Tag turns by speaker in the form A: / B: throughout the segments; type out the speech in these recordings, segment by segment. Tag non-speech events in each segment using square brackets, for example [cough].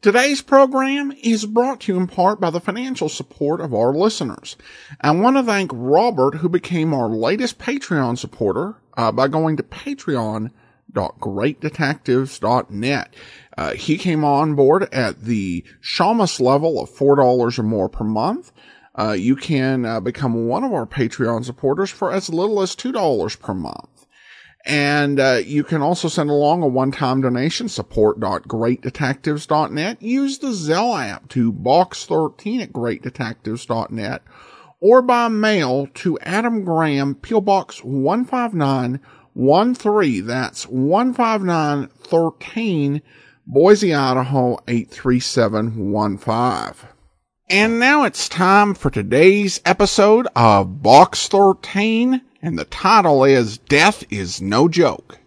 A: Today's program is brought to you in part by the financial support of our listeners. I want to thank Robert, who became our latest Patreon supporter uh, by going to patreon.greatdetectives.net. Uh, he came on board at the Shamus level of $4 or more per month. Uh, you can uh, become one of our Patreon supporters for as little as $2 per month. And uh, you can also send along a one-time donation, support.greatdetectives.net. Use the Zelle app to box13 at greatdetectives.net or by mail to Adam Graham, P.O. Box 15913. That's 15913, Boise, Idaho 83715. And now it's time for today's episode of Box 13, and the title is Death is No Joke.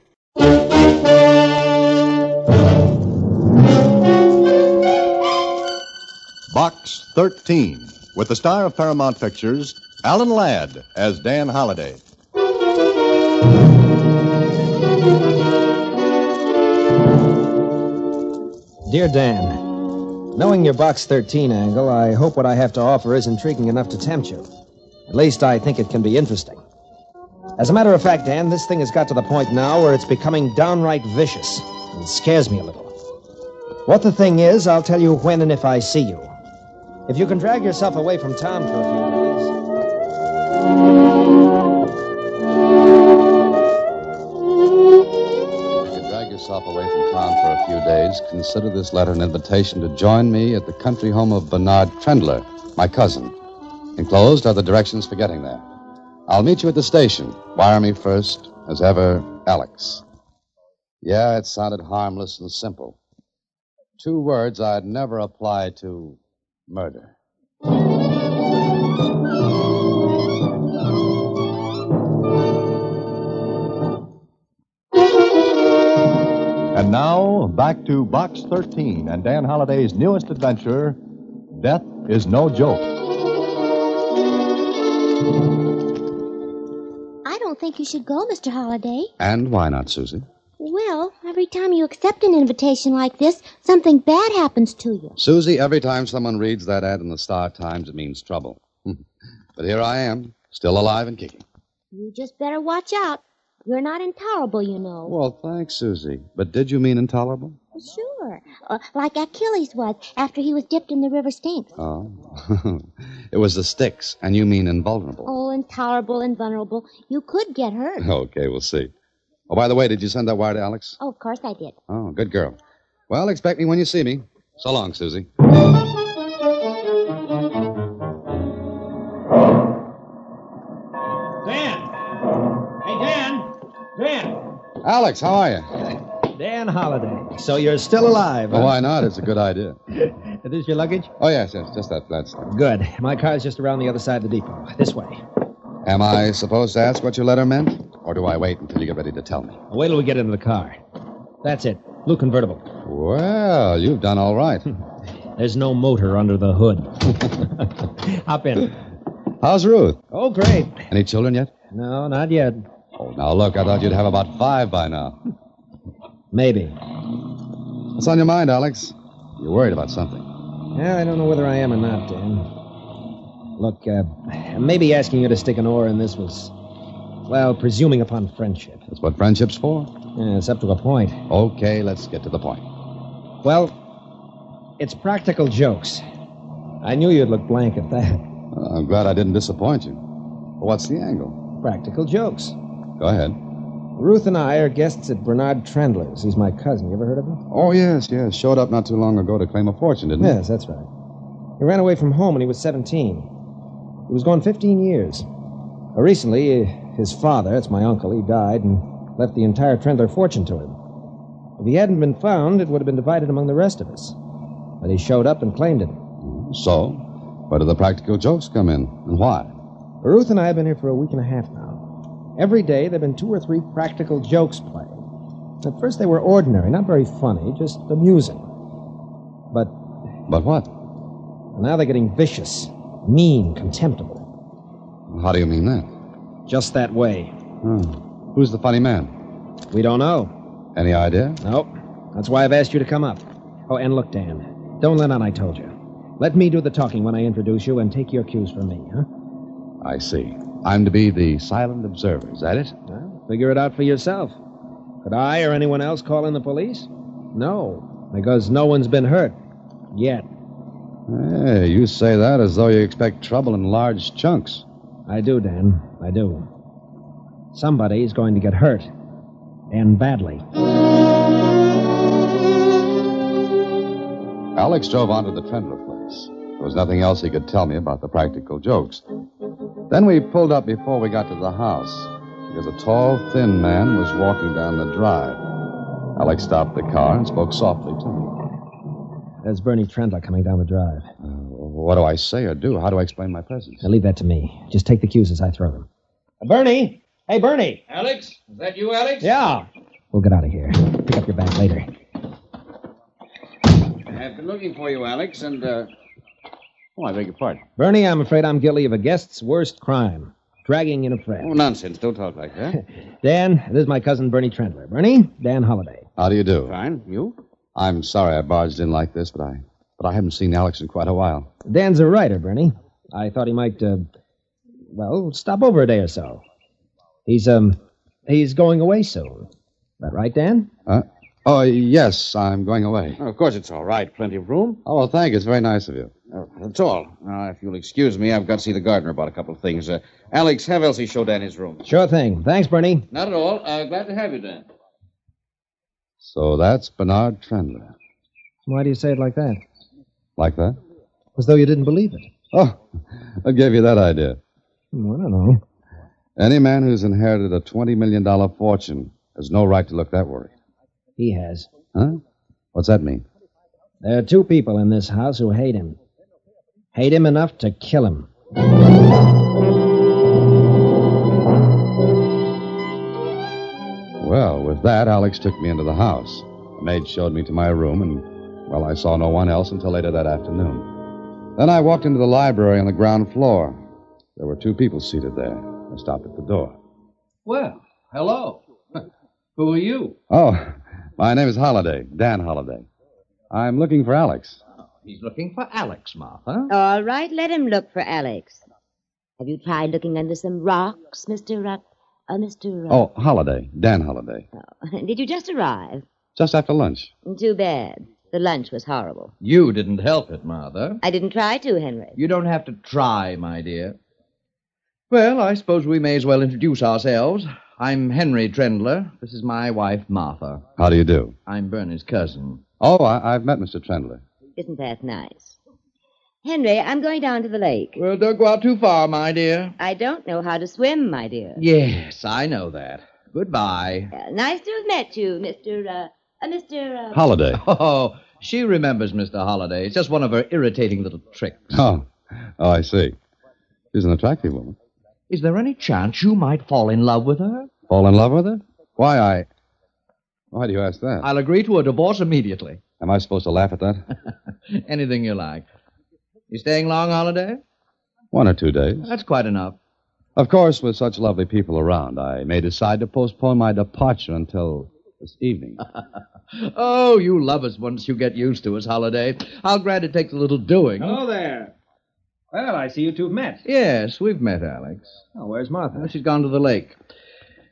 B: Box 13, with the star of Paramount Pictures, Alan Ladd, as Dan Holliday.
C: Dear Dan, knowing your Box 13 angle, I hope what I have to offer is intriguing enough to tempt you. At least I think it can be interesting. As a matter of fact, Dan, this thing has got to the point now where it's becoming downright vicious and scares me a little. What the thing is, I'll tell you when and if I see you. If you can drag yourself away from town for a few days.
D: If you drag yourself away from town for a few days, consider this letter an invitation to join me at the country home of Bernard Trendler, my cousin. Enclosed are the directions for getting there. I'll meet you at the station. Wire me first, as ever, Alex. Yeah, it sounded harmless and simple. Two words I'd never apply to murder.
B: And now, back to Box 13 and Dan Holliday's newest adventure, Death is No Joke.
E: I don't think you should go, Mr. Holliday.
D: And why not, Susie?
E: Well, every time you accept an invitation like this, something bad happens to you.
D: Susie, every time someone reads that ad in the Star Times, it means trouble. [laughs] but here I am, still alive and kicking.
E: You just better watch out. You're not intolerable, you know.
D: Well, thanks, Susie. But did you mean intolerable?
E: Sure. Uh, like Achilles was after he was dipped in the river Styx.
D: Oh. [laughs] it was the sticks, and you mean invulnerable.
E: Oh, intolerable and vulnerable. You could get
D: [laughs]
E: hurt.
D: Okay, we'll see. Oh, by the way, did you send that wire to Alex?
E: Oh, of course I did.
D: Oh, good girl. Well, expect me when you see me. So long, Susie.
F: Dan! Hey, Dan! Dan!
D: Alex, how are you?
C: Dan Holliday. So you're still alive.
D: Oh, why not? It's a good idea.
C: Is this your luggage?
D: Oh, yes, yes, just that flat stuff.
C: Good. My car's just around the other side of the depot. This way.
D: Am I supposed to ask what your letter meant? Or do I wait until you get ready to tell me?
C: Wait till we get into the car. That's it. Blue convertible. Hmm.
D: Well, you've done all right.
C: There's no motor under
D: [laughs]
C: the hood. Hop in.
D: How's Ruth?
C: Oh, great.
D: Any children yet?
C: No, not yet.
D: Oh, now look, I thought you'd have about five by now.
C: Maybe.
D: What's on your mind, Alex? You're worried about something.
C: Yeah, I don't know whether I am or not, Dan. Look, uh, maybe asking you to stick an oar in this was, well, presuming upon friendship.
D: That's what friendship's for.
C: Yeah, it's up to a point.
D: Okay, let's get to the point.
C: Well, it's practical jokes. I knew you'd look blank at that.
D: Uh, I'm glad I didn't disappoint you. Well, what's the angle?
C: Practical jokes.
D: Go ahead.
C: Ruth and I are guests at Bernard Trendler's. He's my cousin. You ever heard of him?
D: Oh, yes, yes. Showed up not too long ago to claim a fortune, didn't he?
C: Yes, that's right. He ran away from home when he was 17. He was gone 15 years. Uh, Recently, uh, his father, that's my uncle, he died and left the entire Trendler fortune to him. If he hadn't been found, it would have been divided among the rest of us. But he showed up and claimed it.
D: So, Where do the practical jokes come in, and why?
C: Ruth and I have been here for a week and a half now. Every day there have been two or three practical jokes played. At first they were ordinary, not very funny, just amusing. But
D: But what?
C: now they're getting vicious, mean, contemptible.
D: How do you mean that?
C: Just that way.
D: Hmm. Who's the funny man?
C: We don't know.
D: Any idea?
C: Nope. That's why I've asked you to come up. Oh, and look, Dan, don't let on I told you. Let me do the talking when I introduce you and take your cues from me, huh?
D: I see. I'm to be the silent observer, is that it?
C: Well, figure it out for yourself. Could I or anyone else call in the police? No, because no one's been hurt. Yet.
D: Hey, you say that as though you expect trouble in large chunks.
C: I do, Dan. I do. Somebody's going to get hurt. And badly.
D: Alex drove on to the Trendler place. There was nothing else he could tell me about the practical jokes. Then we pulled up before we got to the house, because a tall, thin man was walking down the drive. Alex stopped the car and spoke softly to me.
C: There's Bernie Trendler coming down the drive.
D: Uh, what do I say or do? How do I explain my presence?
C: Now leave that to me. Just take the cues as I throw them. Bernie! Hey, Bernie!
F: Alex? Is that you, Alex?
C: Yeah. We'll get out of here. Pick up your bag later.
F: I've been looking for you, Alex, and, uh. Oh, I beg your pardon.
C: Bernie, I'm afraid I'm guilty of a guest's worst crime dragging in a
D: Oh,
C: friend.
D: nonsense. Don't talk like that.
C: Dan, this is my cousin Bernie Trendler. Bernie, Dan Holliday.
D: How do you do?
F: Fine. You?
D: I'm sorry I barged in like this, but I but I haven't seen Alex in quite a while.
C: Dan's a writer, Bernie. I thought he might, uh, well, stop over a day or so. He's, um, he's going away soon. That right, Dan?
D: Huh? Oh, yes, I'm going away.
F: Oh, of course, it's all right. Plenty of room.
D: Oh, well, thank you. It's very nice of you.
F: Uh, that's all. Now, if you'll excuse me, I've got to see the gardener about a couple of things. Uh, Alex, have Elsie show Dan his room.
C: Sure thing. Thanks, Bernie.
F: Not at all. Uh, glad to have you, Dan.
D: So that's Bernard Trendler.
C: Why do you say it like that?
D: Like that?
C: As though you didn't believe it.
D: Oh, I gave you that idea.
C: Hmm, I don't know.
D: Any man who's inherited a $20 million fortune has no right to look that worried.
C: He has.
D: Huh? What's that mean?
C: There are two people in this house who hate him. Hate him enough to kill him.
D: Well, with that, Alex took me into the house. The maid showed me to my room, and, well, I saw no one else until later that afternoon. Then I walked into the library on the ground floor. There were two people seated there. I stopped at the door.
F: Well, hello. [laughs] Who are you?
D: Oh, my name is Holliday, Dan Holliday. I'm looking for Alex.
F: He's looking for Alex, Martha.
E: All right, let him look for Alex. Have you tried looking under some rocks, Mr. Rock? Uh, Mr. Rock?
D: Oh, Holliday, Dan Holliday.
E: [laughs] Did you just arrive?
D: Just after lunch.
E: Too bad. The lunch was horrible.
F: You didn't help it, Martha.
E: I didn't try to, Henry.
F: You don't have to try, my dear. Well, I suppose we may as well introduce ourselves. I'm Henry Trendler. This is my wife, Martha.
D: How do you do?
F: I'm Bernie's cousin.
D: Oh, I, I've met Mr. Trendler.
E: Isn't that nice? Henry, I'm going down to the lake.
F: Well, don't go out too far, my dear.
E: I don't know how to swim, my dear.
F: Yes, I know that. Goodbye.
E: Uh, nice to have met you, Mr. Uh, uh Mr. Uh,
D: Holliday.
F: [laughs] Oh, she remembers Mr. Holliday. It's just one of her irritating little tricks.
D: Oh, oh, I see. She's an attractive woman.
F: Is there any chance you might fall in love with her?
D: Fall in love with her? Why, I. Why do you ask that?
F: I'll agree to a divorce immediately.
D: Am I supposed to laugh at that?
F: Anything you like. You staying long, Holiday?
D: One or two days.
F: That's quite enough.
D: Of course, with such lovely people around, I may decide to postpone my departure until this evening. [laughs]
F: Oh, you love us once you get used to us, Holiday. How glad it takes a little doing.
G: Hello there. Well, I see you two have met.
F: Yes, we've met, Alex.
G: Oh, where's Martha?
F: Well, she's gone to the lake.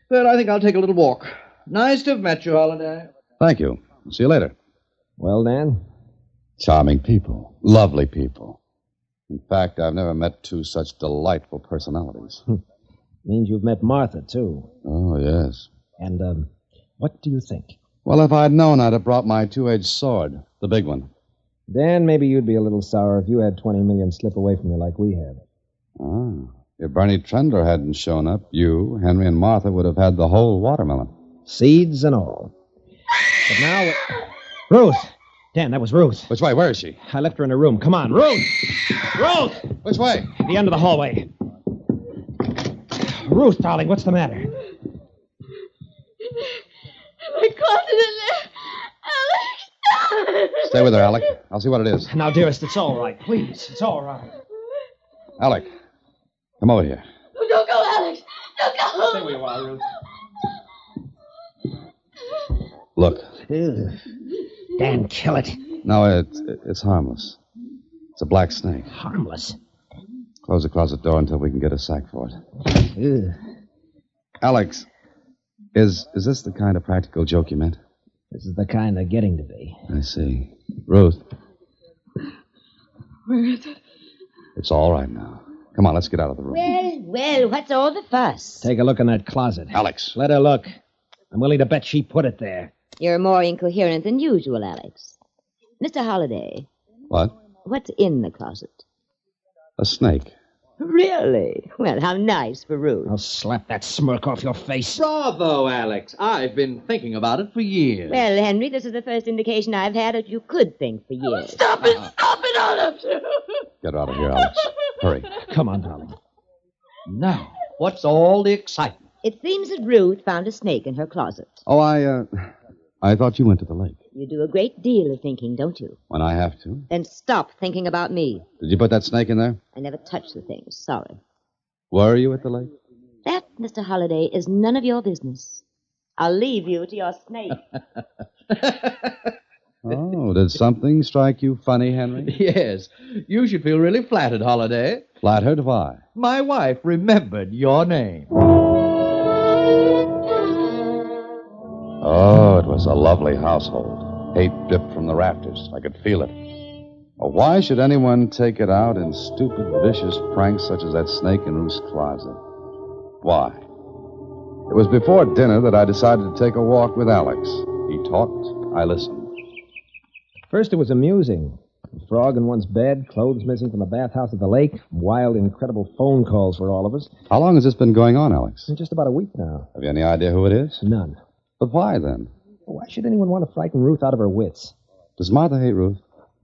F: Well, I think I'll take a little walk. Nice to have met you, Holiday.
D: Thank you. See you later.
C: Well, Dan?
D: Charming people. Lovely people. In fact, I've never met two such delightful
C: [laughs]
D: personalities.
C: Means you've met Martha, too.
D: oh, yes.
C: And, um, what do you think?
D: Well, if I'd known, I'd have brought my two edged sword, the big one.
C: Dan, maybe you'd be a little sour if you had 20 million slip away from you like we have.
D: Ah. If Bernie Trendler hadn't shown up, you, Henry, and Martha would have had the whole watermelon.
C: Seeds and all. But now. Ruth! Dan, that was Ruth.
D: Which way? Where is she?
C: I left her in her room. Come on, Ruth! Ruth!
D: Which way?
C: The end of the hallway. Ruth, darling, what's the matter?
H: [laughs] My continent, Alex.
D: Stay with her, Alec. I'll see what it is.
C: Now, dearest, it's all right. Please, it's all right.
D: Alec, come over here.
H: No, Oh, don't go, Alex. Don't go.
G: Stay where you are, Ruth.
D: Look.
C: Dan, kill it.
D: No, it's it's harmless. It's a black snake.
C: Harmless.
D: Close the closet door until we can get a sack for it.
C: Ugh.
D: Alex, is is this the kind of practical joke you meant?
C: This is the kind they're getting to be.
D: I see. Ruth,
H: Where is it?
D: it's all right now. Come on, let's get out of the room.
E: Well, well, what's all the fuss?
C: Take a look in that closet.
D: Alex,
C: Let her look. I'm willing to bet she put it there.
E: You're more incoherent than usual, Alex. Mr. Holliday,
D: what?
E: what's in the closet?
D: A snake.
E: Really? Well, how nice for Ruth.
C: I'll slap that smirk off your face.
F: Bravo, Alex. I've been thinking about it for years.
E: Well, Henry, this is the first indication I've had that you could think for years.
H: Stop it.
F: Uh-huh.
H: Stop it, all of you.
D: Get her out of here, Alex.
H: [laughs]
D: Hurry.
C: Come on, darling.
F: Now, what's all the excitement?
E: It seems that Ruth found a snake in her closet.
D: Oh, I uh, I thought you went to the lake.
E: You do a great deal of thinking, don't you?
D: When I have to.
E: Then stop thinking about me.
D: Did you put that snake in there?
E: I never touch the things. Sorry.
D: Were you at the lake?
E: That, Mr. Holliday, is none of your business. I'll leave you to your
C: [laughs]
E: snake.
D: Oh, did something strike you funny, Henry?
F: [laughs] Yes, you should feel really flattered, Holiday.
D: Flattered why?
F: My wife remembered your name.
D: Oh, it was a lovely household. Hate dripped from the rafters. I could feel it. But why should anyone take it out in stupid, vicious pranks such as that snake in Ruth's closet? Why? It was before dinner that I decided to take a walk with Alex. He talked, I listened.
C: First, it was amusing. A frog in one's bed, clothes missing from the bathhouse at the lake, wild, incredible phone calls for all of us.
D: How long has this been going on, Alex?
C: It's just about a week now.
D: Have you any idea who it is?
C: None.
D: But why then?
C: Why should anyone want to frighten Ruth out of her wits?
D: Does Martha hate Ruth?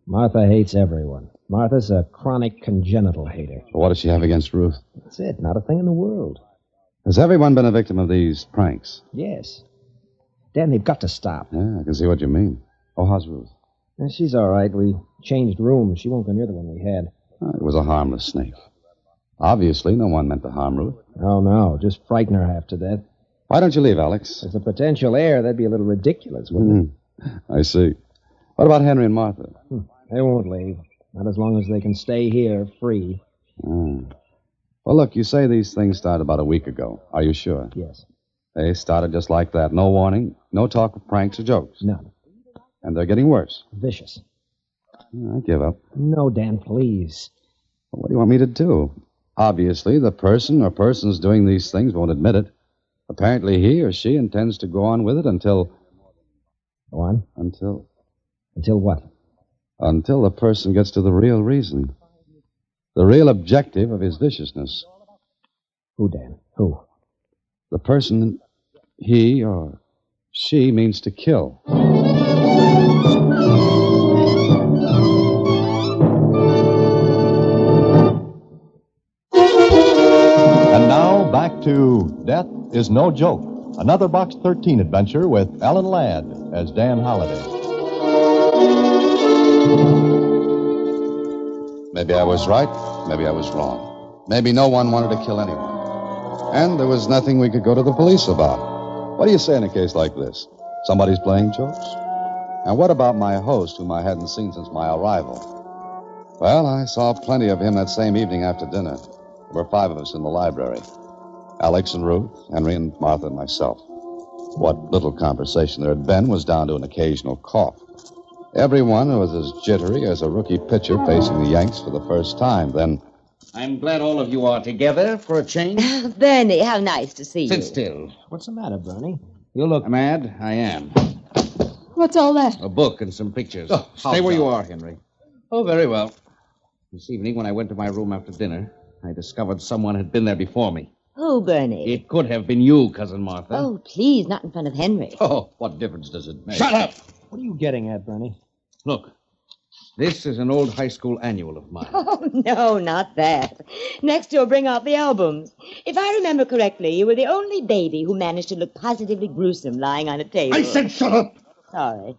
C: Martha hates everyone. Martha's a chronic congenital hater.
D: Or what does she have against Ruth?
C: That's it. Not a thing in the world.
D: Has everyone been a victim of these pranks?
C: Yes. Dan, they've got to stop.
D: Yeah, I can see what you mean. Oh, how's Ruth?
C: Eh, She's all right. We changed rooms. She won't go near the one we had.
D: Uh, It was a harmless snake. Obviously, no one meant to harm Ruth.
C: Oh, no. Just frighten her half to death.
D: Why don't you leave, Alex?
C: As a potential heir, that'd be a little ridiculous, wouldn't
D: Hmm.
C: Mm-hmm.
D: I see. What about Henry and Martha?
C: it? They won't leave. Not as long as they can stay here free. Mm.
D: Hmm. Well, look, you say these things started about a week ago. Are you sure?
C: Yes.
D: They started just like that. No warning, no talk of pranks or jokes.
C: None.
D: And they're getting worse.
C: Vicious.
D: Hmm, I give up.
C: No, Dan, please.
D: But What do you want me to do? Obviously, the person or persons doing these things won't admit it. Apparently, he or she intends to go on with it until.
C: Go on.
D: until.
C: Until what?
D: until the person gets to the real reason, the real objective of his viciousness.
C: Who, Dan? Who?
D: The person he or she means to kill.
B: And now back to Death is No Joke, another Box 13 adventure with Alan Ladd as Dan Holliday.
D: Maybe I was right, maybe I was wrong. Maybe no one wanted to kill anyone. And there was nothing we could go to the police about. What do you say in a case like this? Somebody's playing jokes? And what about my host, whom I hadn't seen since my arrival? Well, I saw plenty of him that same evening after dinner. There were five of us in the library Alex and Ruth, Henry and Martha, and myself. What little conversation there had been was down to an occasional cough. Everyone was as jittery as a rookie pitcher facing the Yanks for the first time. Then,
I: I'm glad all of you are together for a change.
E: Bernie, how nice to see you.
I: Sit still.
C: What's the matter, Bernie? You look.
I: Mad? I am.
H: What's all that?
I: A book and some pictures.
F: Oh,
I: Stay
F: how's
I: where you
F: that?
I: are, Henry.
F: Oh, very well.
I: This evening, when I went to my room after dinner, I discovered someone had been there before me.
E: Who, Oh, Bernie?
I: It could have been you, Cousin Martha.
E: Oh, please, not in front of Henry.
I: Oh, what difference does it make?
F: Shut up!
C: What are you getting at, Bernie?
I: Look, this is an old high school annual of mine.
E: [laughs] Oh, no, not that. Next, you'll bring out the albums. If I remember correctly, you were the only baby who managed to look positively gruesome lying on a table.
I: I said shut up!
E: Sorry.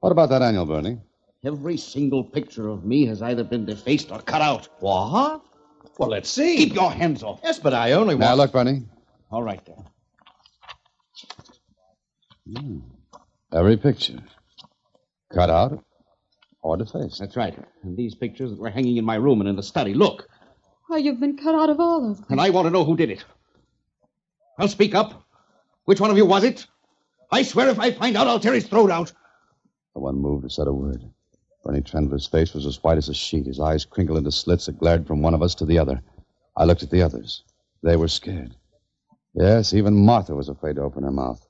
D: What about that annual, Bernie?
I: Every single picture of me has either been defaced or cut out. What? Well, let's see. Keep your hands off. Yes, but I only
D: Now, look, Bernie.
I: All right, then.
D: Every picture. Cut out or defaced.
I: That's right. And these pictures that were hanging in my room and in the study. Look.
H: Why, you've been cut out of all of them.
I: And I want to know who did it. I'll speak up. Which one of you was it? I swear if I find out, I'll tear his throat out.
D: No one moved or said a word. Bernie Trendler's face was as white as a sheet. His eyes crinkled into slits that glared from one of us to the other. I looked at the others. They were scared. Yes, even Martha was afraid to open her mouth.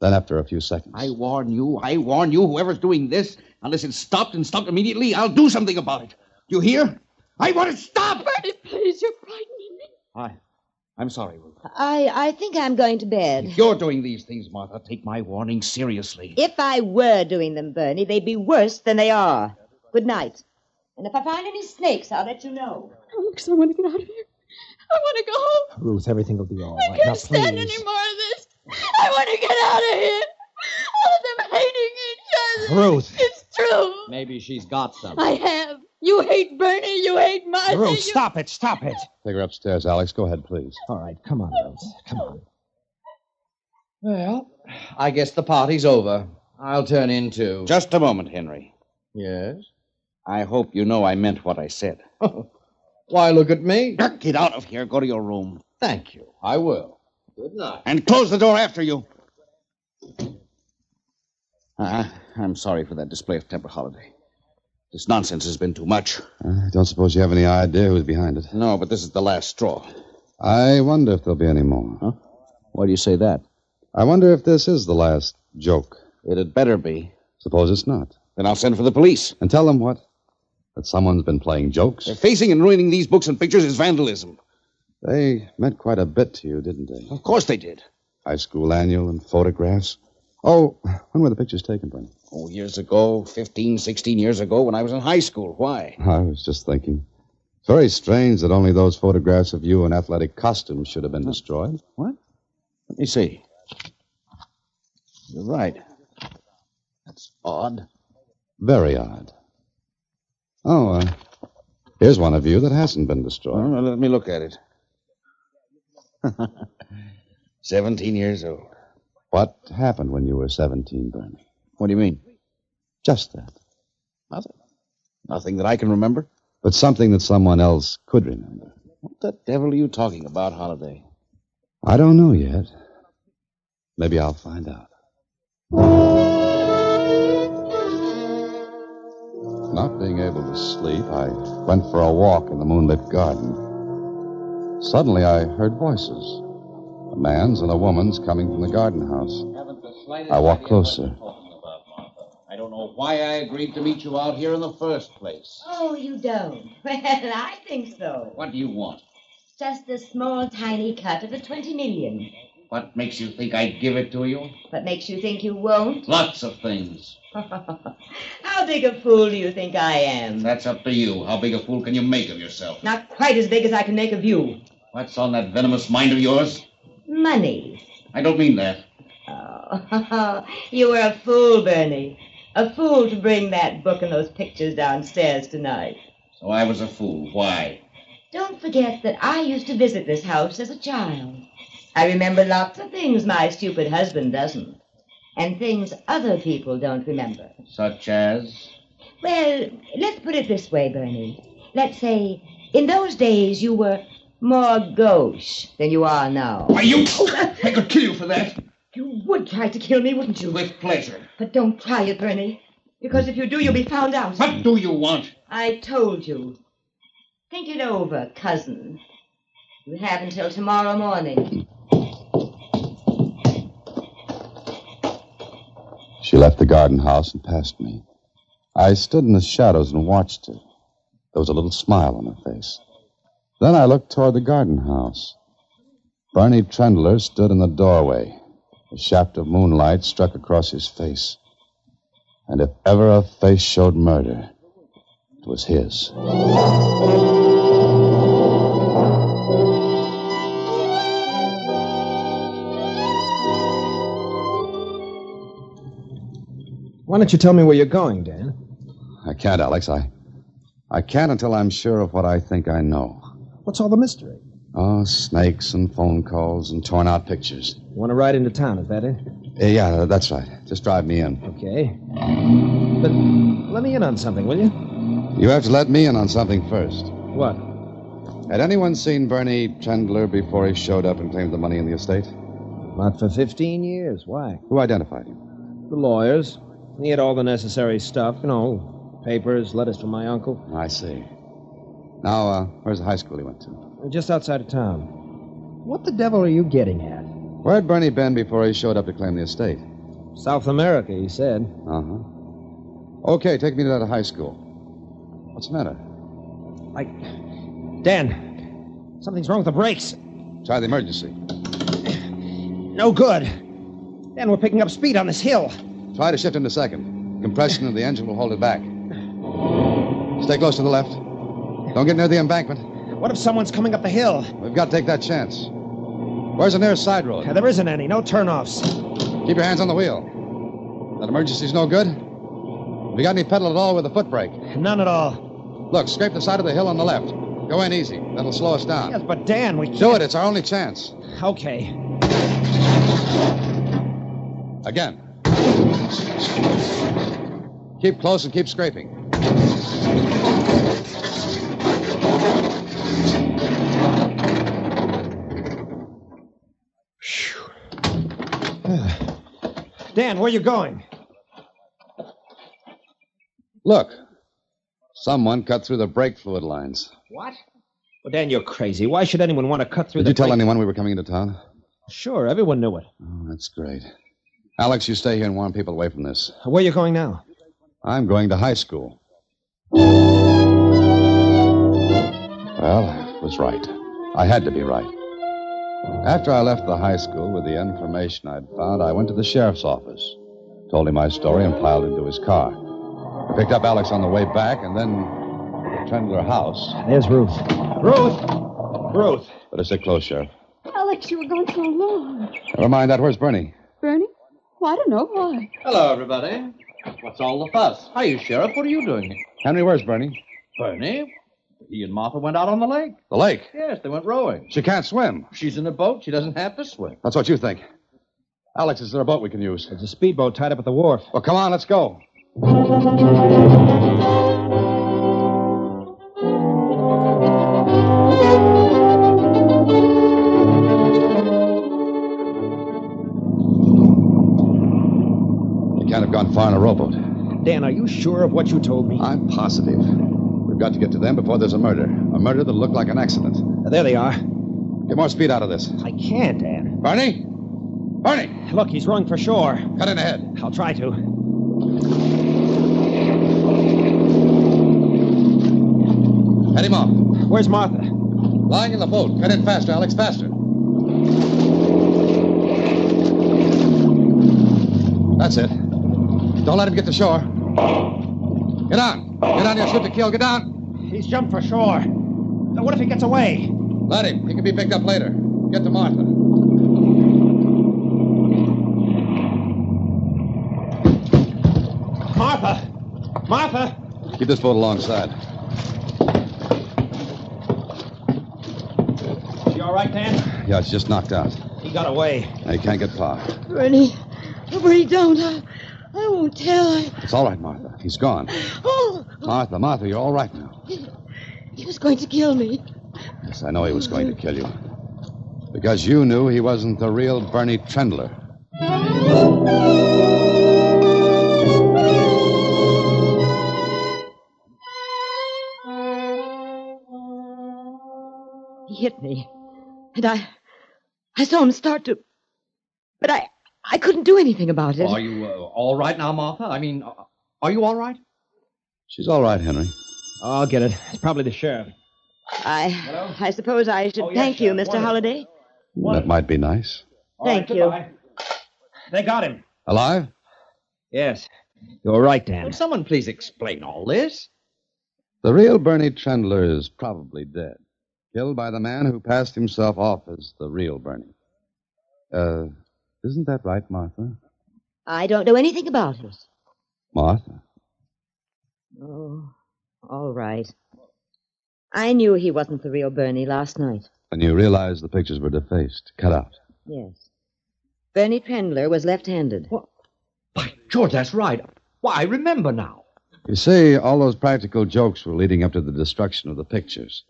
D: Then, after a few seconds,
I: I warn you, I warn you, whoever's doing this, unless it's stopped and stopped immediately, I'll do something about it. Do you hear? I want it stopped!
H: Bertie, please, you're frightening me.
I: I, I'm sorry, Ruth.
E: I, I think I'm going to bed.
I: If you're doing these things, Martha, take my warning seriously.
E: If I were doing them, Bernie, they'd be worse than they are. Good night. And if I find any snakes, I'll let you know.
H: Alex, I want to get out of here. I want to go home.
C: Ruth, everything will be all right.
H: I
C: now,
H: can't
C: please.
H: stand any more of this. I want to get out of here. All of them hating each other.
C: Ruth.
H: It's true.
I: Maybe she's got something.
H: I have. You hate Bernie. You hate Martha.
C: Ruth,
H: you...
C: stop it. Stop it.
D: take her upstairs, Alex. Go ahead, please.
C: All right, come on, Ruth. Come on.
F: Well, I guess the party's over. I'll turn in too.
I: Just a moment, Henry.
F: Yes?
I: I hope you know I meant what I said.
F: Oh, Why, look at me.
I: Get out of here. Go to your room.
F: Thank you. I will. Good night.
I: And close the door after you. I, I'm sorry for that display of temper, Holiday. This nonsense has been too much.
D: I Uh, don't suppose you have any idea who's behind it.
I: No, but this is the last straw.
D: I wonder if there'll be any more.
I: Why do you say that?
D: I wonder if this is the last joke.
I: It had better be.
D: Suppose it's not.
I: Then I'll send for the police.
D: And tell them what? That someone's been playing jokes?
I: Defacing and ruining these books and pictures is vandalism.
D: They meant quite a bit to you, didn't they?
I: Of course they did.
D: High school annual and photographs. Oh, when were the pictures taken, Bernie?
I: Oh, years ago, 15, 16 years ago, when I was in high school. Why?
D: I was just thinking. It's very strange that only those photographs of you in athletic costumes should have been destroyed.
I: Let me see. You're right. That's odd.
D: Very odd. Oh, uh, here's one of you that hasn't been destroyed.
I: Well, let me look at it. 17 years old.
D: What happened when you were 17, Bernie?
I: What do you mean?
D: Just that.
I: Nothing. Nothing that I can remember?
D: But something that someone else could remember.
I: What the devil are you talking about, Holiday?
D: I don't know yet. Maybe I'll find out. Not being able to sleep, I went for a walk in the moonlit garden. Suddenly, I heard voices a man's and a woman's coming from the garden house. I walked closer.
I: I don't know why I agreed to meet you out here in the first place.
E: Oh, you don't? [laughs] Well, I think so.
I: What do you want?
E: Just a small, tiny cut of the 20 million. [laughs]
I: What makes you think I'd give it to you?
E: What makes you think you won't?
I: Lots of things.
E: How big a fool do you think I am?
I: That's up to you. How big a fool can you make of yourself?
E: Not quite as big as I can make of you.
I: What's on that venomous mind of yours?
E: Money.
I: I don't mean that.
E: Oh, [laughs] you were a fool, Bernie. A fool to bring that book and those pictures downstairs tonight.
I: So I was a fool. Why?
E: Don't forget that I used to visit this house as a child. I remember lots of things my stupid husband doesn't, and things other people don't remember.
I: Such as?
E: Well, let's put it this way, Bernie. Let's say, in those days, you were more gauche than you are now.
I: Why, you. I could kill you for that.
E: You would try to kill me, wouldn't you?
I: With pleasure.
E: But don't try it, Bernie, because if you do, you'll be found out.
I: What do you want?
E: I told you. Think it over, cousin. You have until tomorrow morning.
D: She left the garden house and passed me. I stood in the shadows and watched her. There was a little smile on her face. Then I looked toward the garden house. Bernie Trendler stood in the doorway. A shaft of moonlight struck across his face. And if ever a face showed murder, it was his.
C: Why don't you tell me where you're going, Dan?
D: I can't, Alex. I, I can't until I'm sure of what I think I know.
C: What's all the mystery?
D: Oh, snakes and phone calls and torn out pictures.
C: You want to ride into town, is that it?
D: Eh, Yeah, that's right. Just drive me in.
C: Okay. But let me in on something, will you?
D: You have to let me in on something first.
C: What?
D: Had anyone seen Bernie Chandler before he showed up and claimed the money in the estate?
C: Not for 15 years. Why?
D: Who identified him?
C: The lawyers. He had all the necessary stuff, you know, papers, letters from my uncle.
D: I see. Now, uh, where's the high school he went to?
C: Just outside of town. What the devil are you getting at?
D: Where'd Bernie been before he showed up to claim the estate?
C: South America, he said.
D: Uh huh. Okay, take me to that high school. What's the matter?
C: Like, Dan, something's wrong with the brakes.
D: Try the emergency.
C: No good. Dan, we're picking up speed on this hill.
D: Try to shift into second. Compression of the engine will hold it back. Stay close to the left. Don't get near the embankment.
C: What if someone's coming up the hill?
D: We've got to take that chance. Where's the nearest side road?
C: Yeah, there isn't any. No turnoffs.
D: Keep your hands on the wheel. That emergency's no good. Have you got any pedal at all with a foot brake?
C: None at all.
D: Look, scrape the side of the hill on the left. Go in easy. That'll slow us down.
C: Yes, but Dan, we can't.
D: Do it. It's our only chance.
C: Okay.
D: Again. Keep close and keep scraping.
C: Dan, where you going?
D: Look. Someone cut through the brake fluid lines.
J: What?
C: Well, Dan, you're crazy. Why should anyone want to cut through
D: Did
C: the
D: you tell
C: brake-
D: anyone we were coming into town?
C: Sure, everyone knew it.
D: Oh, that's great. Alex, you stay here and warn people away from this.
C: Where you going now?
D: I'm going to high school. Well, I was right. I had to be right. After I left the high school with the information I'd found, I went to the sheriff's office, told him my story, and piled into his car. I picked up Alex on the way back and then the Trendler house.
C: There's Ruth. Ruth! Ruth.
D: Better sit close, Sheriff.
E: Alex, you were gone so long.
D: Never mind that. Where's Bernie?
E: Bernie? Well, I don't know why.
F: Hello, everybody. What's all the fuss? Hiya, Sheriff. What are you doing here?
D: Henry, where's Bernie?
F: Bernie? He and Martha went out on the lake.
D: The lake.
F: Yes, they went rowing.
D: She can't swim.
F: She's in a boat. She doesn't have to swim.
D: That's what you think. Alex, is there a boat we can use?
C: There's a speedboat tied up at the wharf.
D: Well, come on, let's go. You can't have gone far in a rowboat.
C: Dan, are you sure of what you told me?
D: I'm positive. We've got to get to them before there's a murder. A murder that looked like an accident.
C: there they are.
D: Get more speed out of this.
C: I can't, Dan.
D: Barney? Barney!
C: Look, he's rowing for shore.
D: Cut in ahead.
C: I'll try to.
D: Head him off.
C: Where's Martha?
D: Lying in the boat. Cut in faster, Alex, faster. That's it. Don't let him get to shore. Get on. Get on here, shoot to kill. Get down.
C: He's jumped for shore. Now, what if he gets away?
D: Let him. He can be picked up later. Get to Martha.
C: Martha! Martha!
D: Keep this boat alongside.
C: You all right, Dan?
D: Yeah, it's just knocked out.
C: He got away.
D: Now, you can't get far.
E: Bernie. Bernie, don't. I, I won't tell. I,
D: It's all right, Martha. He's gone.
E: oh,
D: Martha, Martha, you're all right now.
E: he was going to kill me.
D: Yes, I know he was going to kill you. Because you knew he wasn't the real Bernie Trendler.
E: He hit me. And I. I saw him start to. But I. I couldn't do anything about it.
F: Are you uh, all right now, Martha? I mean, uh, are you all right?
D: She's all right, Henry.
C: I'll get it. It's probably the sheriff.
E: I. I suppose I should
J: Oh, yes,
E: thank you,
J: Sheriff.
E: Mr. Holliday.
D: That might be nice.
J: All right,
E: Thank you.
J: goodbye.
C: They got him.
D: Alive?
C: Yes. You're right, Dan.
F: Will someone please explain all this?
D: The real Bernie Trendler is probably dead, killed by the man who passed himself off as the real Bernie. Uh, isn't that right, Martha?
H: I don't know anything about it.
D: Martha?
H: Oh, all right. I knew he wasn't the real Bernie last night.
D: When you realized the pictures were defaced, cut out.
H: Yes. Bernie Trendler was left handed.
F: George, that's right. Why, I remember now.
D: You see, all those practical jokes were leading up to the destruction of the pictures.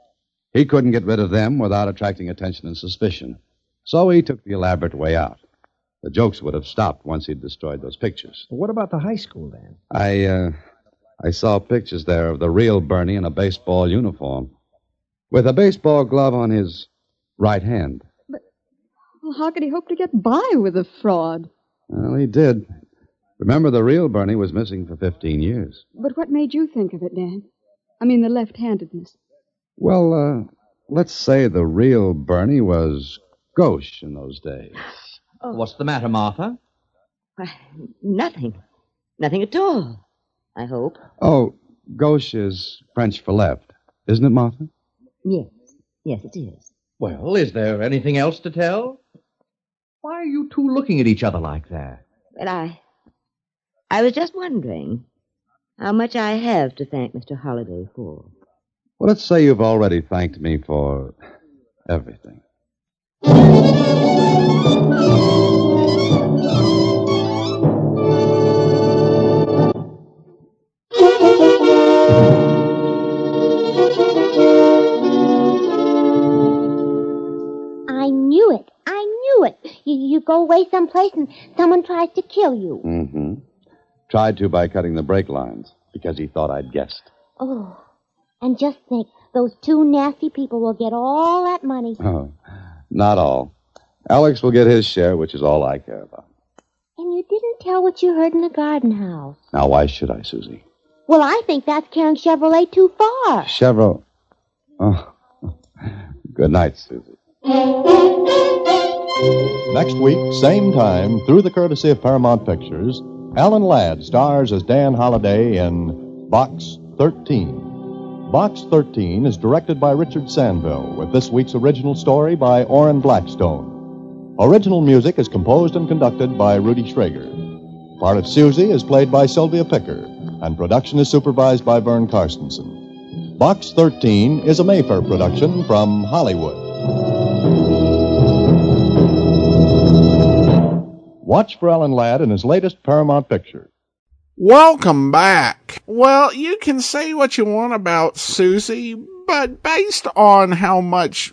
D: He couldn't get rid of them without attracting attention and suspicion. So he took the elaborate way out. The jokes would have stopped once he'd destroyed those pictures.
C: What about the high school, then?
D: I, uh, I saw pictures there of the real Bernie in a baseball uniform, with a baseball glove on his right hand.
K: Well, how could he hope to get by with a fraud?
D: Well, he did. Remember, the real Bernie was missing for 15 years.
K: But what made you think of it, Dan? I mean, the left handedness.
D: Well, uh, let's say the real Bernie was gauche in those days.
F: Oh. What's the matter, Martha?
H: Nothing. Nothing at all. I hope.
D: Oh, gauche is French for left, isn't it, Martha?
H: Yes. Yes, it is.
F: Well, is there anything else to tell? Why are you two looking at each other like that?
H: Well, I. I was just wondering how much I have to thank Mr. Holliday for.
D: Well, let's say you've already thanked me for everything.
L: I knew it. I knew it. You, you go away someplace and someone tries to kill you.
D: Mm-hmm. Tried to by cutting the brake lines because he thought I'd guessed.
L: Oh, and just think, those two nasty people will get all that money.
D: [laughs] Oh, not all. Alex will get his share, which is all I care about.
L: And you didn't tell what you heard in the garden house.
D: Now, why should I, Susie?
L: Well, I think that's carrying Chevrolet too far.
D: Chevrolet. Oh, [laughs] good night, Susie.
B: Next week, same time, through the courtesy of Paramount Pictures, Alan Ladd stars as Dan Holliday in Box 13. Box 13 is directed by Richard Sandville, with this week's original story by Orrin Blackstone. Original music is composed and conducted by Rudy Schrager. Part of Susie is played by Sylvia Picker, and production is supervised by Vern Carstensen. Box 13 is a Mayfair production from Hollywood. Watch for Alan Ladd in his latest Paramount picture.
A: Welcome back. Well, you can say what you want about Susie, but based on how much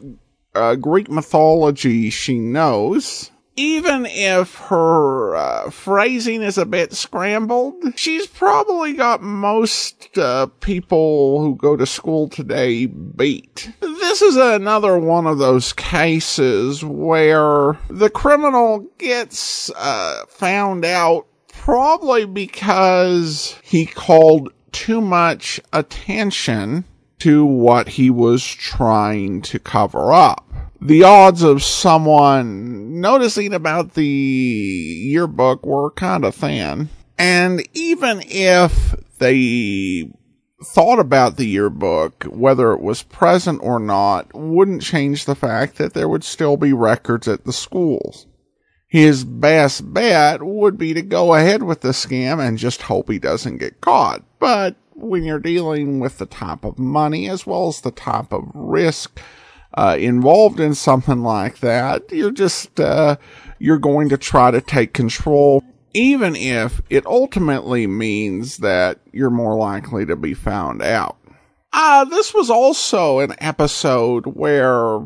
A: uh, Greek mythology she knows, even if her uh, phrasing is a bit scrambled, she's probably got most uh, people who go to school today beat. This is another one of those cases where the criminal gets uh, found out probably because he called too much attention to what he was trying to cover up. The odds of someone noticing about the yearbook were kind of thin. And even if they thought about the yearbook, whether it was present or not, wouldn't change the fact that there would still be records at the schools his best bet would be to go ahead with the scam and just hope he doesn't get caught. But when you're dealing with the type of money as well as the type of risk uh, involved in something like that, you're just uh, you're going to try to take control, even if it ultimately means that you're more likely to be found out. Uh, this was also an episode where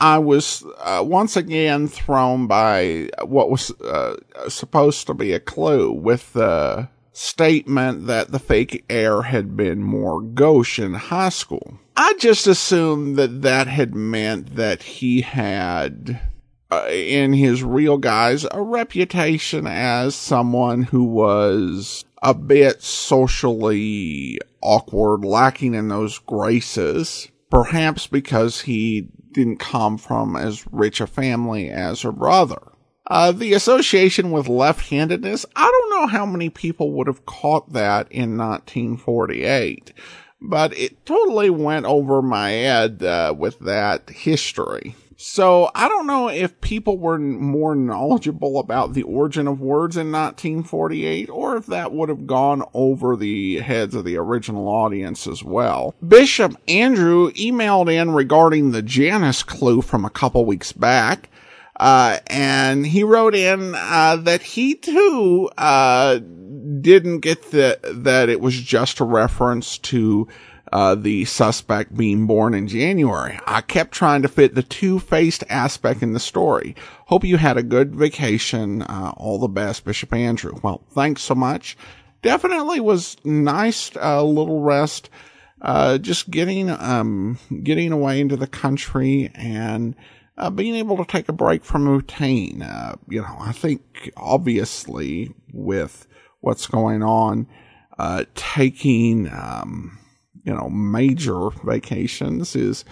A: I was uh, once again thrown by what was uh, supposed to be a clue with the statement that the fake heir had been more gauche in high school. I just assumed that that had meant that he had, uh, in his real guise, a reputation as someone who was a bit socially awkward, lacking in those graces, perhaps because he didn't come from as rich a family as her brother. Uh, the association with left handedness, I don't know how many people would have caught that in 1948, but it totally went over my head uh, with that history. So I don't know if people were n- more knowledgeable about the origin of words in 1948 or if that would have gone over the heads of the original audience as well. Bishop Andrew emailed in regarding the Janus clue from a couple weeks back. Uh, and he wrote in uh, that he too uh, didn't get the, that it was just a reference to uh, the suspect being born in January. I kept trying to fit the two faced aspect in the story. Hope you had a good vacation. Uh, all the best, Bishop Andrew. Well, thanks so much. Definitely was nice uh, little rest. Uh, just getting um, getting away into the country and uh, being able to take a break from routine. Uh, you know, I think obviously with what's going on, uh, taking um, you know major vacations is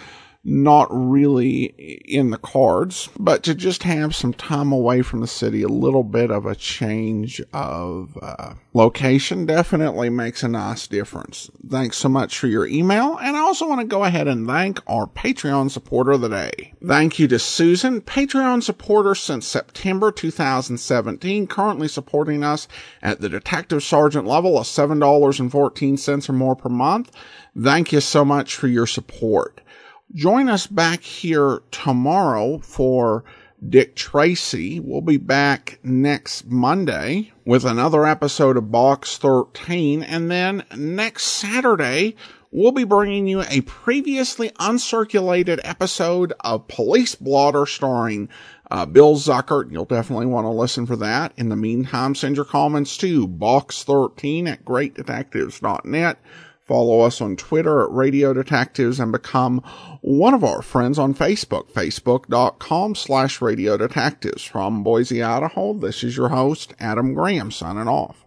A: not really in the cards, but to just have some time away from the city, a little bit of a change of uh, location definitely makes a nice difference. Thanks so much for your email. And I also want to go ahead and thank our Patreon supporter of the day. Thank you to Susan, Patreon supporter since September 2017, currently supporting us at the detective sergeant level of $7.14 or more per month. Thank you so much for your support join us back here tomorrow for Dick Tracy. We'll be back next Monday with another episode of Box 13. And then next Saturday, we'll be bringing you a previously uncirculated episode of Police Blotter starring uh, Bill Zuckert. You'll definitely want to listen for that. In the meantime, send your comments to box13 at greatdetectives.net. Follow us on Twitter at Radio Detectives and become one of our friends on Facebook, facebook.com slash Radio Detectives. From Boise, Idaho, this is your host, Adam Graham, signing off.